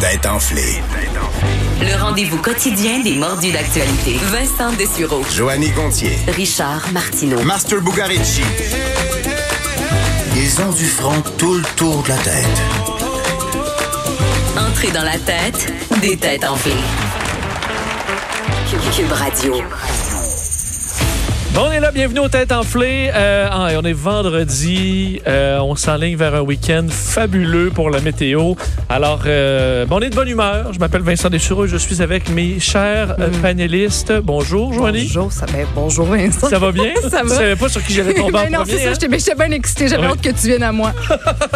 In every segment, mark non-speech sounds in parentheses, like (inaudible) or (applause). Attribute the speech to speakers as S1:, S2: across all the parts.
S1: tête enflée.
S2: Le rendez-vous quotidien des mordus d'actualité. Vincent Dessureau.
S1: Joanny Gontier.
S2: Richard Martineau.
S1: Master Bugarici. Ils ont du front tout le tour de la tête.
S2: Entrée dans la tête des têtes enflées. Cube- Cube Radio.
S3: Bon, on est là, bienvenue aux Têtes Enflées. Euh, ah, et on est vendredi, euh, on s'enligne vers un week-end fabuleux pour la météo. Alors, euh, bon, on est de bonne humeur. Je m'appelle Vincent Dessureau, je suis avec mes chers euh, panélistes. Bonjour, Joanie.
S4: Mm. Bonjour, ça va. Bonjour, Vincent.
S3: Ça va bien?
S4: (laughs) Ça
S3: Je
S4: va.
S3: savais pas sur qui j'allais tomber
S4: Ben
S3: en
S4: non, c'est
S3: premier.
S4: ça,
S3: hein?
S4: j'étais, mais j'étais bien excitée, j'avais
S3: Ouais.
S4: hâte que tu viennes à moi.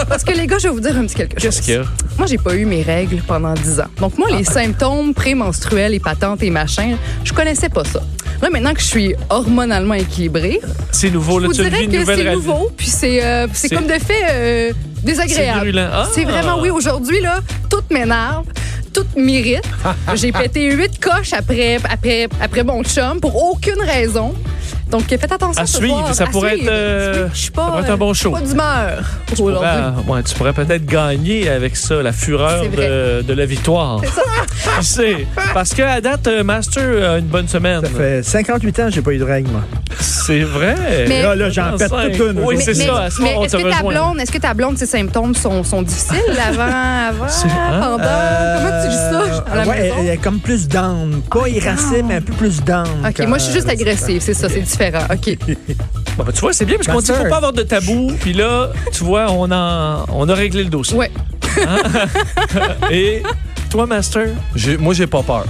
S4: Parce que les gars, je vais vous dire un petit quelque chose.
S3: Qu'est-ce qu'il y a? Ah.
S4: Moi, j'ai pas eu mes règles pendant 10 ans. Donc, moi, les symptômes prémenstruels et patentes et machin, je connaissais pas ça. Là, maintenant que je suis hormonalement équilibrée,
S3: C'est nouveau,
S4: je
S3: là,
S4: vous
S3: tu as
S4: dirais
S3: une
S4: que
S3: nouvelle
S4: c'est
S3: radio.
S4: nouveau, puis c'est, euh, c'est
S3: C'est-
S4: comme de fait euh,
S3: C'est
S4: désagréable.
S3: virulent. Ah!
S4: C'est vraiment, oui, aujourd'hui, là, tout m'énerve, tout
S3: (laughs)
S4: m'irrite. J'ai pété huit coches après, après, après mon chum pour aucune raison. Donc, faites attention
S3: À
S4: ce
S3: suivre,
S4: soir.
S3: ça
S4: À
S3: pourrait
S4: suivre.
S3: être, euh,
S4: Je suis
S3: ça
S4: pas,
S3: pourrait être un bon
S4: euh,
S3: show.
S4: pas d'humeur pour
S3: Ouais,
S4: aujourd'hui.
S3: Ah, ouais, tu pourrais peut-être gagner avec ça, la fureur
S4: C'est vrai.
S3: de, de la victoire. (laughs) Tu sais, parce que à date, euh, Master a une bonne semaine.
S5: Ça fait 58 ans que j'ai pas eu de règles, moi.
S3: C'est vrai.
S4: Mais-
S5: Là, là, j'en pète toute une.
S3: Oui,
S5: aujourd'hui.
S3: c'est
S4: mais,
S3: ça. à ce
S4: mais
S3: moment, on
S4: est-ce
S3: te
S4: que ta
S3: rejoint.
S4: blonde, est-ce que ta blonde, ses symptômes sont,
S3: (laughs)
S4: sont difficiles avant, avant,
S3: hein?
S4: pendant?
S5: Euh,
S4: Comment tu dis ça à la
S5: ouais,
S4: maison? Ah,
S5: elle, elle est comme plus down. Pas irascible, mais un peu plus down.
S4: OK, moi, je suis juste
S5: euh,
S4: agressive, c'est ça, c'est différent.
S5: (laughs)
S4: OK.
S3: Bon, ben, tu vois, c'est bien parce qu'on dit
S5: Master.
S3: faut pas avoir de tabou. Puis là, tu vois, on, en, on a réglé le dossier.
S4: Ouais.
S3: Et toi, Master,
S6: J'ai- moi, j'ai pas peur.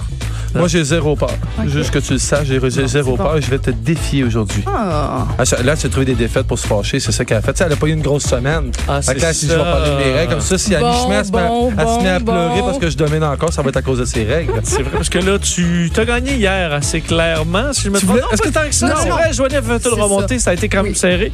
S6: Moi, j'ai zéro peur. Juste que tu le saches, j'ai j'ai zéro
S4: bon.
S6: peur. Je vais te défier aujourd'hui.
S4: Ah.
S6: Ah, ça- Là, tu as trouvé des défaites pour se fâcher. C'est ça qu'elle a fait. Tu sais, elle a pas eu une grosse semaine.
S3: Ah,
S6: Fait que là,
S3: c'est
S6: si je vais
S3: ça.
S6: parler de mes règles comme ça, si à
S4: Bon,
S6: mi-chemin, elle se met à-
S4: bon,
S6: elle se met à
S4: bon,
S6: pleurer
S4: bon.
S6: parce que je domine encore, ça va être à cause de ses règles.
S3: c'est vrai parce que là, tu as gagné hier assez clairement. Si je me
S6: Tu
S3: trompe,
S6: voulais-
S3: Non,
S6: est-ce
S3: pas
S6: que-
S3: tant que ça.
S4: Non,
S3: c'est
S4: non.
S3: vrai, Joanie a fait tout
S4: C'est
S3: le remonter. Ça. a été quand même
S4: Oui.
S3: serré.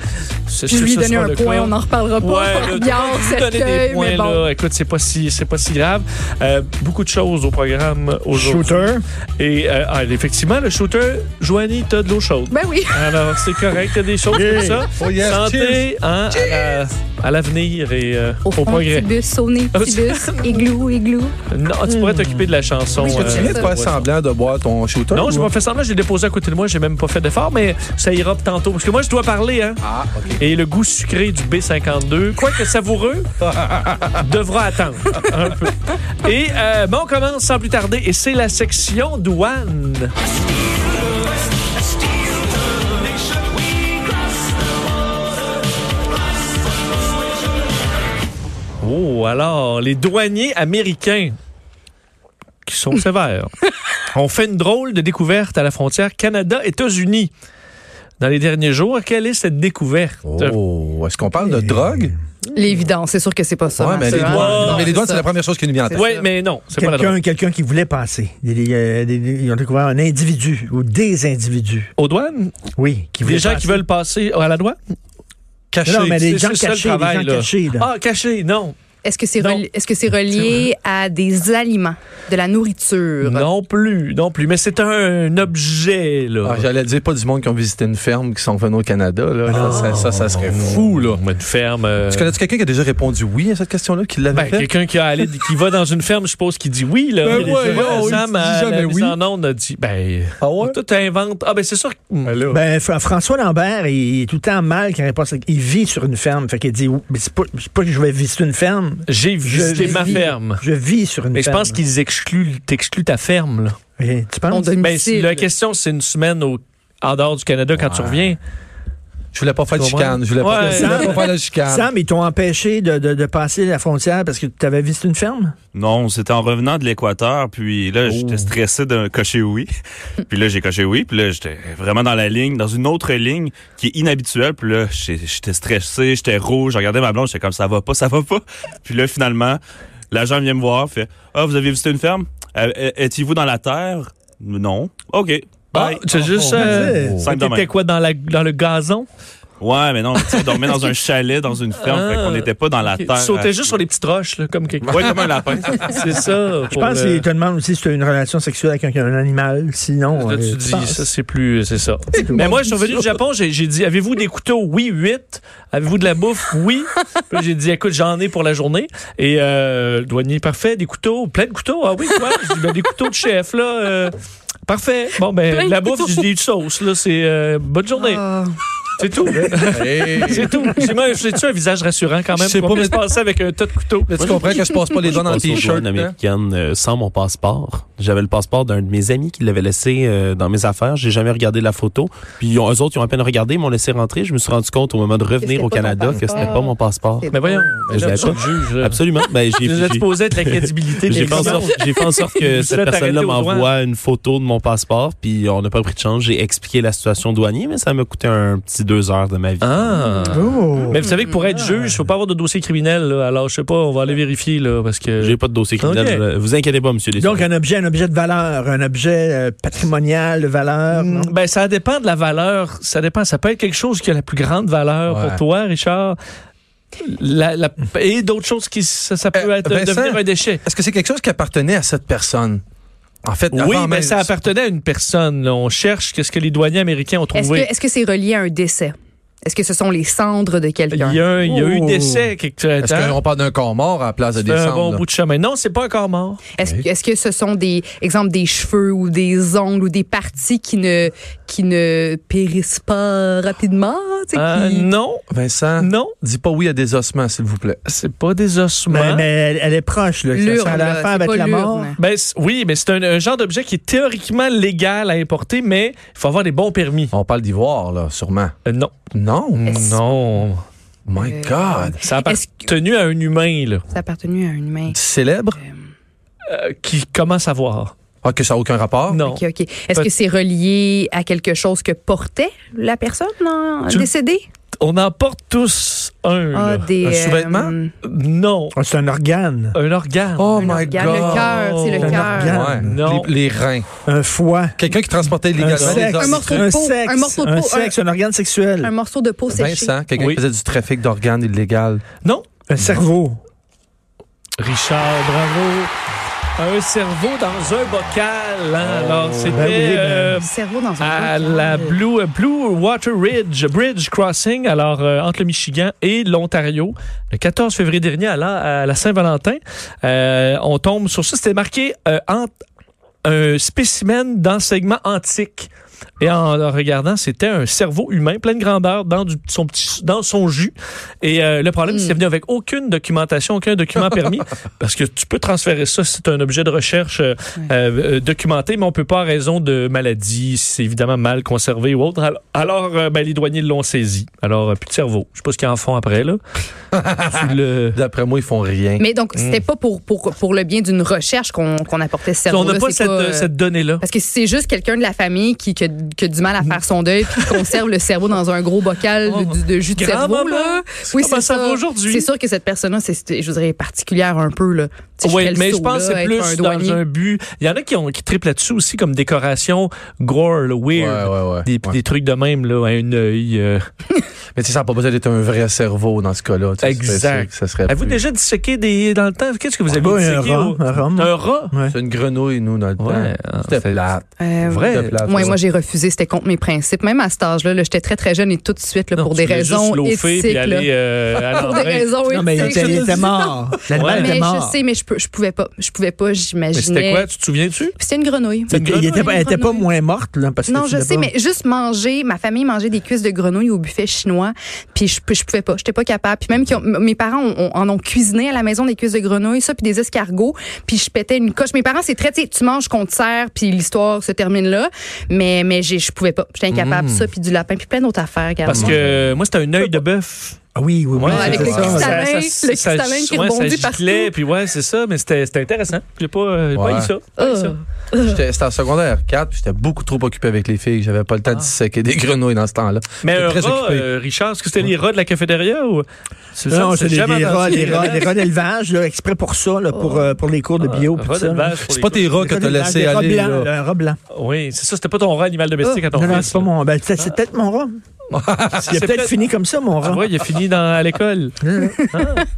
S3: C'est
S4: Je
S3: sûr que
S4: lui ai
S3: ce
S4: donné
S3: sera
S4: un
S3: le
S4: point,
S3: cas.
S4: on n'en reparlera pas. (laughs)
S3: Ouais, là,
S4: Biard,
S3: tu donner des
S4: cercueil,
S3: points,
S4: mais bon.
S3: là. Écoute, c'est pas si, c'est pas si grave. Euh, beaucoup de choses au programme aujourd'hui.
S5: Shooter.
S3: Et euh, ah, effectivement, le shooter, Joanie, t'as de l'eau chaude.
S4: Ben oui.
S3: Alors, c'est correct, il y a des choses comme ça.
S6: Oh yes,
S3: Santé hein, à la- à l'avenir et euh, au,
S4: fond,
S3: progrès.
S4: Petit bus, sonné,
S3: (laughs)
S4: petit bus, igloo, igloo.
S3: Non, tu pourrais t'occuper de la chanson.
S4: Oui, je
S6: Tu
S4: Euh,
S6: viens de
S3: ouais.
S6: faire semblant de boire ton shooter?
S3: Non,
S6: ou-
S3: je m'en fais semblant, je l'ai déposé à côté de moi, j'ai même pas fait d'effort, mais ça ira tantôt. Parce que moi, je dois parler, hein.
S6: Ah, OK.
S3: Et le goût sucré du B52, quoique
S6: (laughs)
S3: savoureux, devra attendre un peu. Et euh, bon, on commence sans plus tarder, et c'est la section douane. Oh, alors, les douaniers américains qui sont
S5: (laughs)
S3: sévères ont fait une drôle de découverte à la frontière Canada-États-Unis. Dans les derniers jours, quelle est cette découverte? Euh,
S6: Oh, est-ce qu'on parle de drogue?
S4: L'évidence, c'est sûr que c'est pas ça.
S3: ben,
S6: Ouais, mais
S4: Mathieu,
S6: les
S4: hein?
S6: doigts, non, mais les doigts,
S4: ça.
S6: c'est la première chose qui nous vient en tête.
S3: Oui,
S4: ça.
S3: mais non, c'est pas la drogue.
S5: Quelqu'un quelqu'un qui voulait passer. Des- des- euh, des- des- Ils ont découvert un individu ou des individus.
S3: Aux douanes,
S5: Oui, qui voulaient
S3: des gens
S5: passer.
S3: qui veulent passer à la douane? Cachés.
S5: Non, mais les
S3: C'est-
S5: gens
S3: c'est ça le
S5: cachés, les
S3: travail,
S5: gens
S3: là.
S5: cachés. là.
S3: Ah, cachés, non.
S4: Est-ce que c'est
S3: Non.
S4: relié, est-ce que c'est relié à des aliments, de la nourriture?
S3: Non plus, non plus. Mais c'est un objet, là.
S6: Ah, J'allais dire pas du monde qui ont visité une ferme qui sont venus au Canada. Là.
S4: Ah.
S6: Ça, ça, ça, ça serait fou, là.
S3: Une ferme. euh,
S6: Tu connais-tu quelqu'un qui a déjà répondu oui à cette question-là, qui l'avait
S3: ben,
S6: fait?
S3: quelqu'un qui, a allé- qui va dans une ferme, je suppose, qui dit oui. Là.
S6: Ben
S3: Il y a des-
S6: voyons,
S3: Ouais,
S6: il
S3: Sam,
S6: dit
S3: à la
S6: jamais
S3: mise
S6: oui.
S3: en onde, a dit, ben,
S6: Ah ouais?
S3: tout invente. Ah, ben, c'est sûr. que-
S5: Ben, Fra- François Lambert, il est tout le temps mal quand il passe. Il vit sur une ferme. Fait qu'il dit oh, Mais c'est pas, c'est pas que je vais visiter une ferme.
S3: J'ai
S5: Je
S3: visité ma
S5: vis-
S3: ferme.
S5: Je vis sur une
S3: Mais je
S5: ferme.
S3: pense qu'ils excluent, t'excluent ta ferme, là.
S5: Ok, Tu
S4: On
S5: penses?
S4: donne
S3: Ben, si- la question, c'est une semaine au- en dehors du Canada quand tu reviens.
S6: Je voulais pas faire de
S3: Tu comprends?
S6: chicane. Je voulais pas,
S3: Ouais.
S6: je voulais pas faire de
S3: Ah.
S6: chicane.
S5: Sam, ils t'ont empêché de, de- de passer la frontière parce que tu avais visité une ferme?
S7: Non, c'était en revenant de l'Équateur, puis là, j'étais stressé de cocher oui. puis là, j'ai coché oui, puis là, j'étais vraiment dans la ligne, dans une autre ligne qui est inhabituelle. Puis là, j'ai- j'étais stressé, j'étais rouge, je regardais ma blonde, j'étais comme ça va pas, ça va pas. (laughs) Puis là, finalement, l'agent vient me voir, fait Ah, vous avez visité une ferme? Euh, euh, Étiez-vous dans la terre? Non. OK.
S3: Ah,
S7: Bye.
S3: c'est juste.
S5: Oh,
S3: euh,
S5: vas-y.
S7: Simple de
S3: T'étais
S7: même.
S3: quoi dans, la, dans le gazon?
S7: Ouais, mais non, mais tu sais, on dormait dans un chalet, dans une ferme,
S3: Ah.
S7: fait qu'on n'était pas dans la
S3: Ok,
S7: terre. euh,
S3: Tu sautais juste sur les petites roches, là, comme quelque
S7: Ouais, comme un lapin.
S3: C'est ça.
S5: Je pense qu'il te demande aussi si tu as une relation sexuelle avec un, un animal. Sinon, euh,
S3: tu dis,
S5: penses.
S3: ça, c'est plus. C'est ça.
S5: tout le
S3: Mais
S5: monde
S3: moi, je
S5: dit
S3: suis revenu
S5: ça.
S3: du Japon, j'ai j'ai dit Avez-vous des couteaux Oui, 8. Avez-vous de la bouffe Oui. Puis j'ai dit Écoute, j'en ai pour la journée. Et euh, le douanier, parfait, des couteaux, plein de couteaux. Ah oui, quoi Je dis Ben, Des couteaux de chef, là. euh, parfait. Bon,
S4: Plein
S3: ben,
S4: de
S3: la bouffe,
S4: couteaux.
S3: je dis une sauce, là. C'est euh, bonne journée. C'est tout. (laughs)
S6: Hey.
S3: C'est tout. J'ai même- J'ai-tu un visage rassurant quand même?
S8: Je sais
S3: pour
S8: pas,
S3: pas
S8: mais-
S3: se passer avec un tas de couteaux.
S8: tu comprends que je passe pas les doigts dans le t-shirt. hein?
S9: américaine euh, sans mon passeport. J'avais le passeport d'un de mes amis qui l'avait laissé euh, dans mes affaires. J'ai jamais regardé la photo. Puis ils ont, eux autres, ils ont à peine regardé, ils m'ont laissé rentrer. Je me suis rendu compte au moment de revenir
S4: c'était
S9: au
S4: pas ton
S9: Canada que
S4: passeport.
S9: c'était pas mon passeport.
S4: C'est
S3: Mais voyons,
S9: Je l'avais
S3: tu
S9: pas.
S3: te juges, là.
S9: Absolument. Ben, j'ai,
S3: Tu nous as
S9: j'ai-
S3: exposé de la crédibilité
S9: j'ai
S3: des
S9: fait en sorte,
S3: commandes.
S9: j'ai fait en sorte que
S3: Je
S9: cette
S3: vais t'arrêter
S9: personne-là
S3: aux
S9: m'envoie une photo de mon passeport, puis on n'a pas pris de chance. J'ai expliqué la situation douanier, mais ça m'a coûté un petit deux heures de ma vie.
S3: Ah.
S5: Oh.
S3: Mais vous savez que pour être juge, il faut pas avoir de dossier criminel. là. Alors, je sais pas, on va aller vérifier là, parce que.
S9: J'ai pas de dossier criminel.
S3: Ok.
S9: je- Vous inquiétez pas, monsieur
S5: Donc,
S9: Desilets.
S5: un objet, un objet de valeur, un objet euh, patrimonial de valeur. non?
S3: Mm, Ben, ça dépend de la valeur. Ça dépend. Ça peut être quelque chose qui a la plus grande valeur
S8: Ouais.
S3: pour toi, Richard. La- la- et d'autres choses qui. Ça, ça peut
S8: Euh,
S3: être,
S8: Vincent?
S3: devenir un déchet.
S8: Est-ce que c'est quelque chose qui appartenait à cette personne? En fait,
S3: Oui, mais ça appartenait à une personne. là. On cherche qu'est-ce que les douaniers américains ont
S4: Est-ce que
S3: trouvé.
S4: est-ce que c'est relié à un décès? Est-ce que ce sont les cendres de
S3: Il y a,
S4: quelqu'un?
S3: un- il y a eu
S5: Oh.
S3: décès quelque
S8: Est-ce
S3: temps.
S8: qu'on parle d'un corps mort à la place de
S3: C'est un
S8: décembre?
S3: bon
S8: là?
S3: bout de chemin. Non, c'est pas encore mort.
S4: Est-ce est-ce que ce sont des exemple des cheveux ou des ongles ou des parties qui ne qui ne périssent pas rapidement? tu sais,
S3: Euh,
S4: qui-
S3: non,
S8: Vincent,
S3: non,
S8: dis pas oui à des ossements, s'il vous plaît.
S3: c'est pas des ossements.
S5: Mais, mais elle, elle est proche, là. Ça- ça
S4: L'urne,
S5: a
S4: là,
S5: l'affaire
S4: c'est
S5: avec
S4: pas
S5: la mort.
S4: l'urne.
S3: Ben, c- oui, mais c'est un, un genre d'objet qui est théoriquement légal à importer, mais il faut avoir des bons permis.
S8: On parle d'ivoire, là, sûrement.
S3: Euh, non.
S8: Non.
S3: Non.
S8: My God.
S3: Ça a
S4: Est-ce que-
S3: appartenu à un humain, là,
S4: Ça appartenu à une main.
S8: Célèbre?
S3: euh, qui commence à voir.
S8: Ah, que ça n'a aucun
S6: Oh,
S8: rapport?
S3: Non.
S4: OK, OK. Est-ce que c'est relié à quelque chose que portait la personne non,
S3: Tu-
S4: décédée?
S3: On en porte tous un, là.
S4: Ah, des.
S8: Un sous-vêtement?
S4: euh,
S3: Non.
S5: Ah, C'est un organe,
S3: Un organe.
S8: Oh
S4: un
S8: my
S4: organe,
S8: God.
S4: Le cœur, c'est le
S5: Un
S4: cœur.
S5: organe.
S8: Ouais.
S3: Non.
S8: Les, les reins.
S5: un foie,
S8: Quelqu'un qui transportait
S5: un
S8: illégalement des
S5: sexe,
S4: Un morceau de
S5: un
S4: peau, un
S5: sexe,
S4: morceau de
S5: un
S4: peau,
S5: sexe, un organe
S4: Un
S5: sexuel,
S4: morceau de peau séchée.
S8: Vincent, quelqu'un
S3: Oui.
S8: qui faisait du trafic d'organes illégal.
S3: Non.
S5: un cerveau.
S3: Richard, bravo. Un cerveau dans un bocal. hein. Alors, c'était
S5: ben oui, ben.
S3: euh,
S4: Cerveau dans un
S3: à
S4: bocal.
S3: la Blue, euh, Blue Water Ridge Bridge Crossing, alors euh, entre le Michigan et l'Ontario, le 14 février dernier à la, à la Saint-Valentin. Euh, on tombe sur ça. C'était marqué euh, ant- un spécimen d'enseignement antique. Et en, en regardant, c'était un cerveau humain, plein de grandeur, dans, du- son, petit, dans son jus. Et euh, le problème,
S4: Hmm.
S3: c'est venu avec aucune documentation, aucun document
S4: (laughs)
S3: permis, parce que tu peux transférer ça si c'est un objet de recherche euh, euh, euh, documenté, mais on peut pas à raison de maladie, si c'est évidemment mal conservé ou autre. Alors, alors, euh, ben, les douaniers l'ont saisi. Alors, euh, plus de cerveau. Je sais pas ce qu'ils en font après, là.
S4: (laughs)
S3: Tu le-
S8: D'après moi, ils font rien.
S4: Mais donc, c'était pas pour, pour, pour le bien d'une recherche qu'on qu'on apportait ce cerveau.
S3: Hmm. On n'a pas cette, euh, cette donnée-là.
S4: Parce que si c'est juste quelqu'un de la famille qui, qui, a, qui a du mal à faire son deuil puis qui conserve le cerveau dans un gros bocal de, de- de jus de
S3: Grand-maman,
S4: cerveau, là.
S3: c'est comment ça va aujourd'hui?
S4: C'est sûr que cette personne-là, c'est- c'est- je dirais, particulière un peu, là. Tu sais,
S3: Oui,
S4: ferais le
S3: mais je
S4: saut,
S3: pense
S4: là,
S3: que c'est
S4: être
S3: plus
S4: un
S3: dans
S4: douanier.
S3: un but. Il y en a qui, ont, qui triplent là-dessus aussi comme décoration gore, là,
S8: Ouais,
S3: weird.
S8: ouais, ouais.
S3: Des,
S8: Ouais.
S3: des trucs de même, là, à un œil. euh.
S8: Mais tu sais, ça n'a pas besoin d'être un vrai cerveau dans ce cas-là. tu sais,
S3: Exact.
S8: c'est- Ça serait
S3: Avez-vous
S8: plus-
S3: déjà disséqué des, dans le temps? Qu'est-ce que vous avez
S5: Ouais, Ah, un
S3: disséqué?
S5: rat, hein.
S3: au-
S5: un rat, moi.
S3: Un rat?
S8: C'est une grenouille, nous, dans le
S3: Ouais, hein,
S8: temps. C'était
S3: c'est-
S8: plate.
S4: Euh,
S3: Vrai.
S8: C'était plate.
S4: Ouais, moi, j'ai refusé. C'était contre mes principes. Même à cet âge-là, là, j'étais très, très jeune et tout de suite, là,
S3: Non,
S4: pour
S3: tu
S4: des
S3: voulais
S4: raisons
S3: juste loafer
S4: éthiques.
S3: puis
S4: là.
S3: aller euh, à
S4: pour des
S3: l'entrée.
S4: raisons
S5: Non, mais il
S4: éthiques.
S5: était, il était mort. L'animal
S3: Ouais.
S5: était
S4: Mais je
S5: mort.
S4: sais, mais je, peux, je pouvais pas. Je pouvais pas,
S3: Mais
S4: j'imaginais.
S3: c'était quoi? Tu te souviens-tu?
S4: C'était une grenouille.
S5: Il était- il était pas- elle n'était pas
S4: Grenouille.
S5: moins morte, là, parce que
S4: Non,
S5: tu
S4: je
S5: l'as
S4: sais,
S5: pas-
S4: mais juste manger, ma famille mangeait des cuisses de grenouille au buffet chinois, puis je, je pouvais pas, j'étais pas capable. Puis même qu'ils ont- m- mes parents ont- ont- en ont cuisiné à la maison des cuisses de grenouille, ça, puis des escargots, puis je pétais une coche. Mes parents, c'est très, tu sais, tu manges qu'on te sert, puis l'histoire se termine là, mais, mais j'ai- je pouvais pas, j'étais incapable, ça, puis du lapin, puis plein d'autres affaires. regarde.
S3: Mm. Parce que euh, moi, c'était un œil de bœuf.
S5: Ah oui, oui, oui.
S3: Ouais,
S4: avec
S5: c'est
S4: le
S5: ça.
S4: cristal. cristallin, le
S3: ça-
S4: cristallin qui
S3: ouais,
S4: rebondit
S3: ça giclait, puis ouais, c'est ça, mais c'était c'était intéressant. J'ai pas, euh, j'ai pas
S8: Ouais.
S3: eu ça. Pas
S4: Ah,
S3: eu ça.
S8: J'étais c'était en secondaire 4, puis j'étais beaucoup trop occupé avec les filles. J'avais pas le temps de disséquer des grenouilles dans ce temps-là.
S3: Ah. Mais
S8: J'étais
S3: un
S8: très
S3: rat,
S8: occupé.
S3: euh, Richard, est-ce que c'était les rats de la cafétéria ou C'est ça,
S5: Non,
S3: on
S5: c'est
S3: s'est
S5: des,
S3: jamais
S5: des rats,
S3: entendu.
S5: des rats,
S3: (laughs)
S5: des rats d'élevage, là, exprès pour ça, là, pour, euh, pour les cours de bio.
S3: Un
S5: puis
S3: rat
S5: tout ça, là.
S3: d'élevage pour
S8: C'est
S3: les
S8: pas tes rats
S5: Des
S8: que
S5: rats
S8: t'as
S5: d'élevage,
S8: laissé
S5: des rats
S8: aller.
S5: blancs,
S8: là.
S5: là, Un rat blanc.
S3: Oui, c'est ça, c'était pas ton rat animal domestique à ton
S5: Ah, Non, non,
S3: fils.
S5: c'est pas mon. Ben, c'est c'est peut-être mon rat. Il a
S3: C'est
S5: peut-être
S3: peut-être-
S5: fini hein. comme ça, mon
S3: Tu
S5: rang.
S3: vois, il a fini dans, à l'école.
S5: Ben,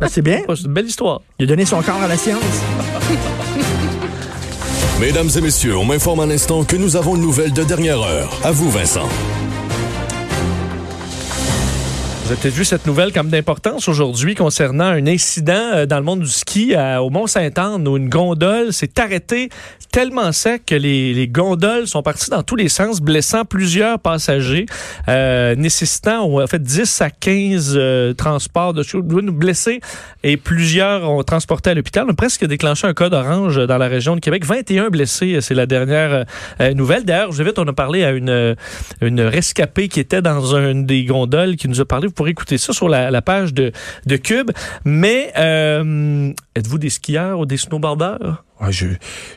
S5: c'est bien.
S3: Ouais, C'est une belle histoire.
S5: Il a donné son corps à la science.
S10: Mesdames et messieurs, on m'informe à l'instant que nous avons une nouvelle de dernière heure. À vous, Vincent.
S3: Vous avez peut-être vu cette nouvelle comme d'importance aujourd'hui concernant un incident euh, dans le monde du ski à- au Mont-Saint-Anne où une gondole s'est arrêtée tellement sec que les, les gondoles sont parties dans tous les sens, blessant plusieurs passagers, euh, nécessitant ou, en fait 10 à 15 euh, transports de nous blessés et plusieurs ont transporté à l'hôpital. On a presque déclenché un code orange dans la région de Québec. 21 blessés, euh, c'est la dernière euh, nouvelle. D'ailleurs, je vais vite, on a parlé à une euh, une rescapée qui était dans une des gondoles qui nous a parlé. Vous pourrez écouter ça sur la, la page de, de Cube. Mais euh, êtes-vous des skieurs ou des snowboarders?
S6: Ouais, je-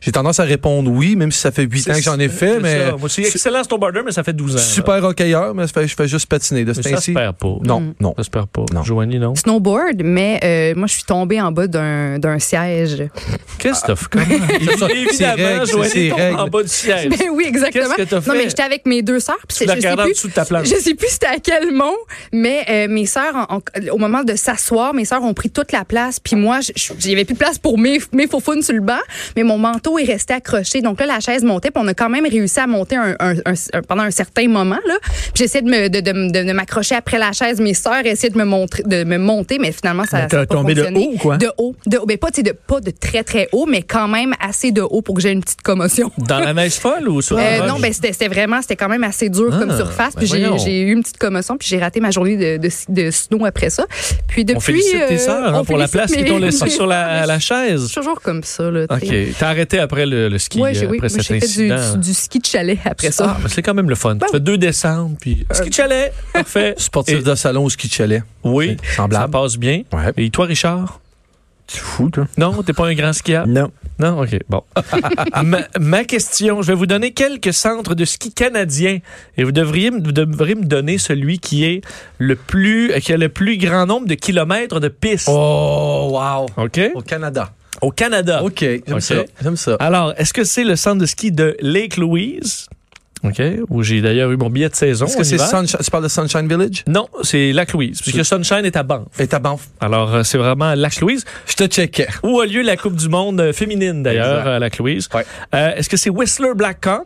S6: j'ai tendance à répondre oui, même si ça fait 8 ans que j'en ai fait,
S3: C'est
S6: mais
S3: ça. Moi, c'est excellent snowboarder, mais ça fait 12 ans. là.
S6: super hockeyeur, mais je fais, je fais juste patiner de ce
S3: Mais ça se
S6: temps-ci.
S3: perd pas.
S4: Mm.
S6: Non, non.
S3: Ça se perd pas.
S6: Non.
S3: Joanie, non.
S4: Snowboard, mais euh, moi, je suis tombée en bas d'un d'un siège.
S3: Christophe, comment?
S6: (laughs) ses
S3: Évidemment,
S6: règles, c'est ses
S3: Joanie tombe
S6: règles.
S3: en bas du siège.
S4: (laughs) Ben oui, exactement.
S3: Qu'est-ce que t'as
S4: Non,
S3: fait?
S4: mais j'étais avec mes deux sœurs. puis
S3: Tu
S4: c'est-
S3: la
S4: je sais
S3: regardes en
S4: plus-
S3: dessous de ta planche.
S4: Je sais plus c'était à quel mont, mais euh, mes sœurs, en- en- au moment de s'asseoir, mes sœurs ont pris toute la place. Puis moi, je- je- il y avait plus de place pour mes, mes faufounes sur le banc, mais mon manteau est resté accroché. Donc là, la chaise montait, puis on a quand même réussi à monter un, un- un- un- pendant un certain moment. Là. Puis j'essayais de, me- de, de, de- de m'accrocher après la chaise. Mes sœurs essayaient de me, montrer, de me monter, mais finalement, ça
S5: Mais
S4: ça
S5: t'as
S4: a pas
S5: tombé de
S4: fonctionné.
S5: haut ou quoi?
S4: De haut. De haut. Ben, pas, tu sais, de, pas de très, très haut, mais quand même assez de haut pour que j'ai une petite
S5: (laughs)
S4: commotion.
S3: Dans la neige folle ou sur la
S4: Euh, non,
S3: roche?
S4: ben c'était c'était vraiment, c'était quand même assez dur
S3: Ah,
S4: comme surface. Puis
S3: ben
S4: j'ai-
S3: voyons.
S4: j'ai eu une petite commotion, puis j'ai raté ma journée de, de, de snow après ça. Puis depuis,
S3: On félicite
S4: euh,
S3: tes sœurs hein,
S4: on
S3: pour la
S4: félicite
S3: place
S4: mes-
S3: qu'ils t'ont
S4: (laughs)
S3: laissée
S4: mes-
S3: sur la, la
S4: Je
S3: chaise.
S4: suis toujours comme ça. Là, tu sais.
S3: OK. T'as arrêté après le, le ski,
S4: Ouais, j'ai
S3: euh,
S4: oui,
S3: après
S4: moi,
S3: cet
S4: j'ai fait du,
S3: incident.
S4: du- du ski de chalet après ça.
S3: Ah, mais c'est quand même le fun. Tu fais deux descentes, puis. Ski de chalet! Parfait.
S6: Sportif
S3: Et-
S6: de salon au ski de chalet.
S3: Oui.
S6: C'est
S3: Ça
S6: Semblable.
S3: passe bien.
S6: Ouais.
S3: Et toi, Richard?
S5: Tu fous, toi?
S3: Non, t'es pas un grand skieur?
S5: Non.
S3: Non? OK, bon. ma, ma question, je vais vous donner quelques centres de ski canadiens et vous devriez, me- vous devriez me donner celui qui est le plus, qui a le plus grand nombre de kilomètres de pistes.
S6: Oh, wow.
S3: OK?
S6: Au Canada.
S3: Au Canada.
S6: OK, j'aime
S3: OK.
S6: ça. J'aime ça.
S3: Alors, est-ce que c'est le centre de ski de Lake Louise? OK, où j'ai d'ailleurs eu mon billet de saison.
S6: Est-ce que
S3: en
S6: c'est
S3: hiver.
S6: Sunshine, tu parles de Sunshine Village?
S3: Non, c'est Lac Louise, puisque Sunshine est à Banff.
S6: Et ta banque.
S3: Alors, euh, c'est vraiment Lac Louise,
S6: Je te checkais.
S3: où a lieu la Coupe du monde euh, féminine, d'ailleurs,
S6: Exact.
S3: à Lac Louise.
S6: Ouais.
S3: Euh, est-ce que c'est Whistler Black Hawk,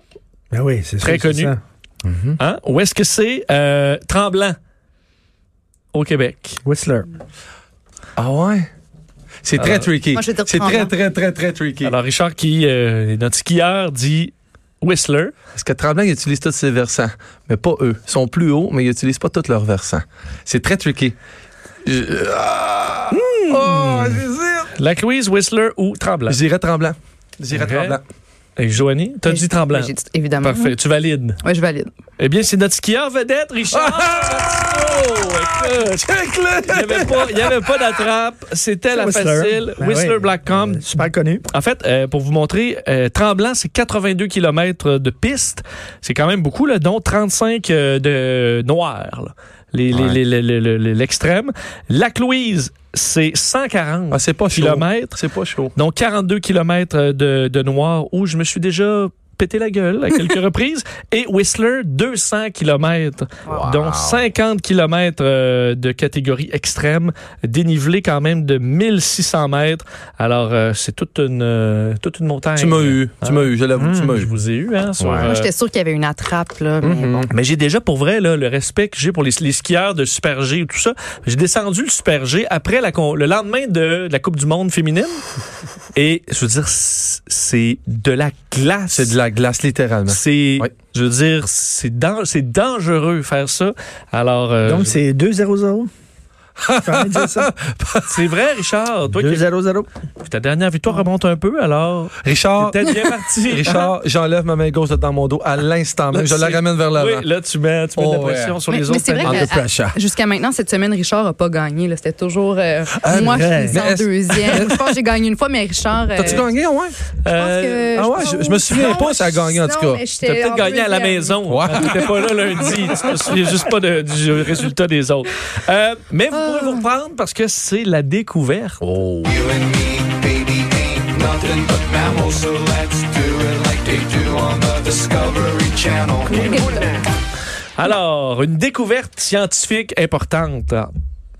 S5: Ben oui, c'est
S3: Très
S5: sûr, c'est
S3: connu.
S5: ça.
S3: hein, ou est-ce que c'est euh, Tremblant au Québec?
S5: Whistler.
S6: Ah ouais? C'est très tricky.
S4: Moi, je vais dire
S6: c'est très,
S4: Tremblant.
S6: très, très, très tricky.
S3: Alors, Richard, qui euh, est notre skieur, dit Whistler.
S6: Parce que Tremblant, il utilise tous ses versants, mais pas eux. Ils sont plus hauts, mais ils n'utilisent pas tous leurs versants. C'est très tricky. Je- Ah! Oh, j'hésite!
S3: Lac Louise, Whistler ou Tremblant?
S6: J'irais Tremblant. J'irais
S3: Ok.
S6: Tremblant.
S3: Et Joanie, t'as
S4: Mais-
S3: dit Tremblant.
S4: mais Ben, j'ai dit- évidemment.
S3: Parfait, tu valides.
S4: Ouais, je valide.
S3: Eh bien, c'est notre skieur vedette, Richard. Oh, écoute.
S6: (laughs)
S3: Il n'y avait pas, il y avait pas d'attrape. C'était la
S5: Whistler.
S3: facile.
S5: Ben
S3: Whistler
S5: oui.
S3: Blackcomb.
S5: Super connu.
S3: En fait, euh, pour vous montrer, euh, Tremblant, c'est 82 km de piste. C'est quand même beaucoup, là, dont 35 euh, de noirs, là. Les- les-
S6: Ouais.
S3: les- les- les- les- les- l'extrême. Lac Louise, c'est 140
S6: Ah, c'est pas chaud.
S3: km,
S6: C'est pas chaud.
S3: donc 42 km de, de noir où je me suis déjà pété la gueule à
S4: (laughs)
S3: quelques reprises. Et Whistler, 200 km, dont 50 km euh, de catégorie extrême, dénivelé quand même de 1600 mètres. Alors, euh, c'est toute une, euh, toute une montagne.
S6: Tu m'as eu. Tu m'as eu, je l'avoue, tu
S3: Hum,
S6: m'as
S3: je
S6: eu.
S3: vous ai eu, hein, sur,
S6: Ouais.
S3: euh,
S4: Moi, j'étais sûre qu'il y avait une attrape, là, mais bon.
S3: mais j'ai déjà, pour vrai, là, le respect que j'ai pour les, les skieurs de Super G et tout ça, j'ai descendu le Super G après la, con- le lendemain de, de la Coupe du Monde féminine.
S6: (laughs)
S3: Et je veux dire, c- c'est de la glace.
S6: C'est de la glace, littéralement.
S3: C'est,
S6: Oui.
S3: je veux dire, c'est dan- c'est dangereux faire ça. Alors, euh,
S5: Donc, c'est 2-0-0. Tu peux arrêter de dire ça?
S3: c'est vrai, Richard. Toi, qui-
S5: 2-0-0.
S3: ta dernière victoire remonte un peu, alors.
S6: Richard,
S3: T'es bien parti.
S6: Ah. Richard, j'enlève ma main gauche de dans mon dos à l'instant
S3: (laughs)
S6: même.
S3: Là,
S6: Je la
S3: c'est-
S6: ramène vers l'avant.
S3: Oui, là, tu mets, tu mets de la
S6: Oh, ouais.
S3: pression sur
S4: Mais-
S3: les
S4: mais
S3: autres.
S4: c'est vrai
S6: Under
S4: que, à-
S6: pressure.
S4: jusqu'à maintenant, cette semaine, Richard n'a pas gagné. là. C'était toujours euh,
S5: Ah,
S4: moi,
S5: vrai.
S4: je suis
S6: Mais
S4: en
S6: est-ce-
S4: deuxième. je pense que j'ai gagné une fois, mais Richard. euh,
S6: T'as-tu gagné, ouais?
S3: Euh,
S4: je pense que-
S6: ah ouais,
S4: pense-
S6: je- je me souviens
S4: Non,
S6: pas si elle a gagné, en tout
S4: non,
S6: cas.
S4: mais j'étais
S3: T'as peut-être
S4: en
S3: gagné à la
S4: deuxième.
S3: maison.
S6: Ouais.
S3: quand T'étais pas là lundi. Tu te souviens juste pas de- du résultat des autres. Euh, mais vous pourrez vous reprendre parce que c'est la découverte. Alors, une découverte scientifique importante.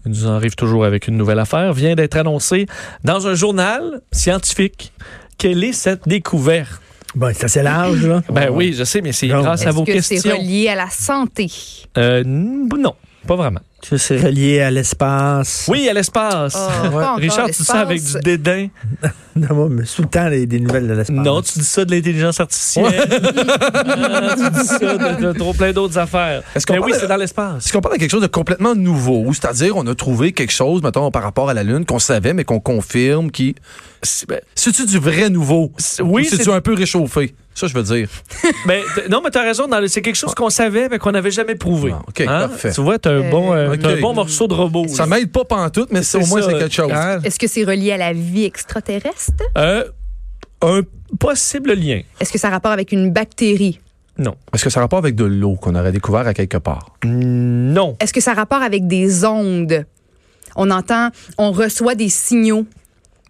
S3: Il nous en arrive toujours avec une nouvelle affaire. Vient d'être annoncée dans un journal scientifique. Quelle est cette découverte?
S5: Bon, c'est assez large, là.
S3: Ben oui, je sais, mais c'est
S5: Non.
S3: grâce à
S4: Est-ce
S3: vos
S4: que c'est
S3: questions.
S4: relié à la santé?
S3: Euh, n- non, pas vraiment.
S5: Ça, C'est relié à l'espace.
S3: Oui, à l'espace.
S4: Ah, pas encore
S3: Richard, tu dis ça avec du
S4: l'espace.
S3: dédain.
S5: Non, mais sous le temps, les- des nouvelles de l'espace.
S3: Non, tu dis ça de l'intelligence artificielle. (laughs) Ah, tu dis ça de, de trop plein d'autres affaires.
S8: Est-ce qu'on
S3: Mais
S8: parle
S3: oui,
S8: de-
S3: c'est dans l'espace.
S8: Est-ce qu'on parle de quelque chose de complètement nouveau? Ou c'est-à-dire, on a trouvé quelque chose, mettons, par rapport à la Lune, qu'on savait, mais qu'on confirme, qui. C'est- ben, C'est-tu du vrai nouveau? Ou
S3: oui,
S8: c'est-tu
S3: c'est-
S8: un peu réchauffé? Ça, je veux dire.
S3: Mais Ben, t- non, mais t'as raison. dans le- C'est quelque chose qu'on savait, mais qu'on n'avait jamais prouvé. Hein?
S8: Ah, OK, parfait.
S3: Tu vois, t'as un,
S4: Euh,
S3: bon, euh, t'as un
S8: OK.
S3: bon morceau de robot.
S8: Ça
S3: là.
S8: m'aide pas pantoute, mais
S3: C'est
S8: au moins,
S3: ça,
S8: c'est quelque chose.
S3: hein?
S4: Est-ce que c'est relié à la vie extraterrestre?
S3: Euh, un possible lien.
S4: Est-ce que ça a rapport avec une bactérie?
S3: Non.
S8: Est-ce que ça a rapport avec de l'eau qu'on aurait découvert à quelque part?
S3: Non.
S4: Est-ce que ça a rapport avec des ondes? On entend, on reçoit des signaux.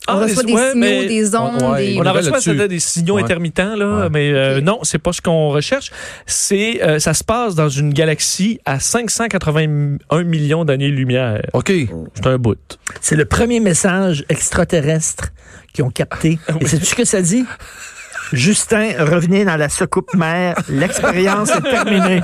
S4: On
S3: Ah,
S4: reçoit
S3: les-
S4: des
S3: ouais,
S4: signaux,
S3: mais-
S4: des ondes.
S8: Ouais, ouais,
S4: des-
S8: Une
S3: On en
S8: nouvelle
S3: reçoit
S8: là-dessus.
S3: ça, des signaux
S8: Ouais.
S3: intermittents, là,
S8: Ouais.
S3: mais euh,
S4: Ok.
S3: non, c'est pas ce qu'on recherche. C'est, euh, ça se passe dans une galaxie à 581 millions d'années-lumière.
S8: OK.
S3: C'est un bout.
S5: C'est le premier message extraterrestre qu'ils ont capté. Et sais-tu ce que ça dit? Justin, revenez dans la soucoupe mère. L'expérience est terminée.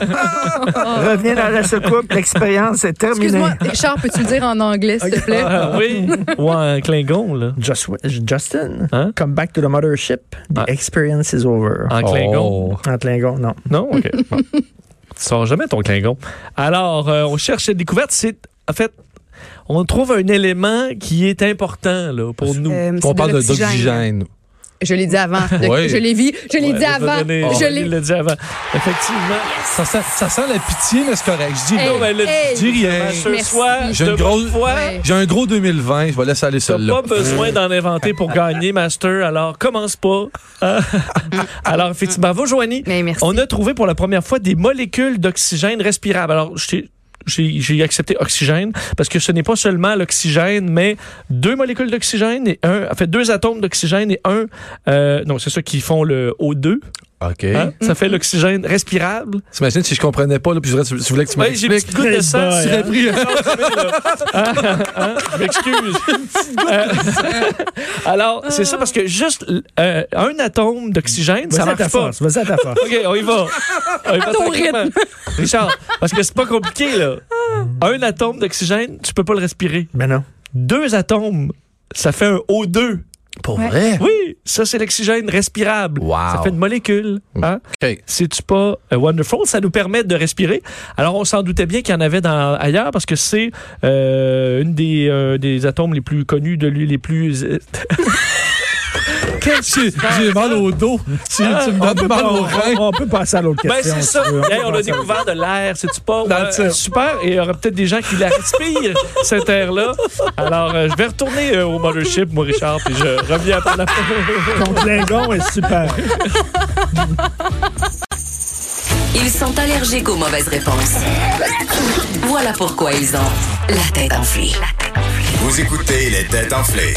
S5: revenez dans la soucoupe. L'expérience est terminée.
S4: Excuse-moi, Richard, peux-tu le dire en anglais, s'il te plaît?
S3: Ah, oui. Ou un Klingon, là.
S5: Just- Justin,
S3: Hein?
S5: come back to the mothership. The
S3: Ah.
S5: experience is over.
S3: En
S8: Oh.
S3: Klingon.
S5: En Klingon, non.
S3: Non? OK. Bon. tu sors jamais ton Klingon. Alors, euh, on cherche cette découverte. C'est, en fait, on trouve un élément qui est important là, pour nous.
S4: Euh, c'est
S8: On
S4: de
S8: parle de-
S4: l'oxygène.
S8: d'oxygène.
S4: Je l'ai dit avant. De-
S8: Ouais.
S4: Je l'ai vu. Je l'ai
S3: Ouais,
S4: dit
S3: je vais
S4: avant.
S3: donner-
S4: Je
S3: Oh, il
S4: l'ai.
S3: l'a dit avant. Effectivement.
S8: Ça, sent- ça sent la pitié, mais c'est correct. Je dis
S4: Hey,
S8: non, mais
S3: ben, le-
S4: hey,
S8: je dis rien.
S4: Hey,
S3: Ce
S4: merci.
S3: soir,
S8: J'ai une
S3: de
S8: grosse-
S3: bonne foi,
S4: Ouais.
S8: J'ai un gros 2020, je vais laisser aller
S3: T'as
S8: celle-là.
S3: pas besoin d'en inventer pour gagner, Master, alors commence pas.
S8: (laughs)
S3: Hein? alors, effectivement, bravo, Joanie.
S4: Mais merci.
S3: On a trouvé pour la première fois des molécules d'oxygène respirable. Alors, je t'ai- j'ai j'ai accepté oxygène parce que ce n'est pas seulement l'oxygène, mais deux molécules d'oxygène et un, en fait, deux atomes d'oxygène et un, euh, non, c'est ça qui font le O2.
S8: OK.
S3: hein? Ça fait l'oxygène respirable.
S8: T'imagines si je comprenais pas, là, puis je dirais, tu voulais que tu
S3: Ouais, j'ai une
S8: m'expliques. hein?
S3: petite goutte de sang.
S8: Tu aurais pris-
S3: Je m'excuse. Euh, Alors, c'est ça parce que juste euh, un atome d'oxygène, ça
S5: Vas-y à
S3: marche
S5: ta
S3: pas.
S5: force. Vas-y à ta force.
S3: OK, on y va. On y va
S4: ton
S3: tranquillement. Richard, parce que c'est pas compliqué, là. Un atome d'oxygène, tu peux pas le respirer.
S5: Mais Ben non.
S3: Deux atomes, ça fait un O2.
S8: Pour
S4: Ouais.
S8: vrai?
S3: Oui, ça, c'est l'oxygène respirable.
S8: Wow.
S3: Ça fait une molécule. Hein?
S8: OK.
S3: C'est-tu pas euh, wonderful? Ça nous permet de respirer. Alors, on s'en doutait bien qu'il y en avait dans, ailleurs parce que c'est euh, une des, euh, des atomes les plus connus, de lui, les plus. euh,
S8: J'ai j'ai mal au dos. Tu, tu
S3: Ah,
S8: me donnes mal au rein.
S5: On peut passer à l'autre
S3: Ben,
S5: question.
S3: c'est
S5: si
S3: ça.
S5: tu veux. On peut
S3: Hey, on a
S5: passer à l'autre.
S3: découvert de l'air, c'est-tu pas? Ouais,
S8: That's it.
S3: super. Et il y aura peut-être des gens qui la respirent, cette air-là. Alors, euh, je vais retourner euh, au Mothership, moi, Richard, puis je reviens par la
S5: Ton Klingon est super.
S2: Ils sont allergiques aux mauvaises réponses. Voilà pourquoi ils ont la tête enflée.
S1: Vous écoutez les têtes enflées.